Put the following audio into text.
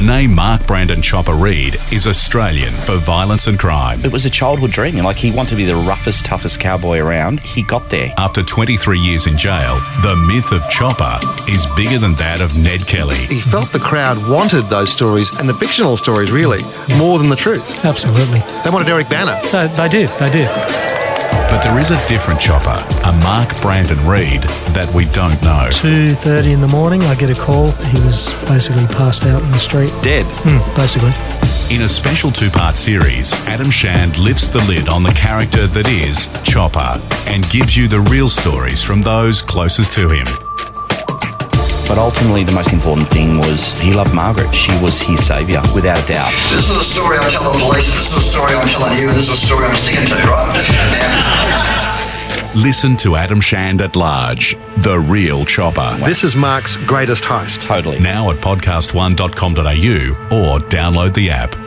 name Mark Brandon Chopper Reed is Australian for violence and crime. It was a childhood dream. Like, he wanted to be the roughest, toughest cowboy around. He got there. After 23 years in jail, the myth of Chopper is bigger than that of Ned Kelly. He felt the crowd wanted those stories and the fictional stories, really, more than the truth. Absolutely. They wanted Eric Banner. No, they did. They did. But there is a different Chopper, a Mark Brandon Reed, that we don't know. 2.30 in the morning, I get a call. He was basically passed out in the street. Dead. Hmm, basically. In a special two part series, Adam Shand lifts the lid on the character that is Chopper and gives you the real stories from those closest to him. But ultimately, the most important thing was he loved Margaret. She was his saviour, without a doubt. This is a story I'm telling the police, this is a story I'm telling you, and this is a story I'm sticking to, right? Now. Listen to Adam Shand at Large, The Real Chopper. This is Mark's greatest heist. Totally. Now at podcast1.com.au or download the app.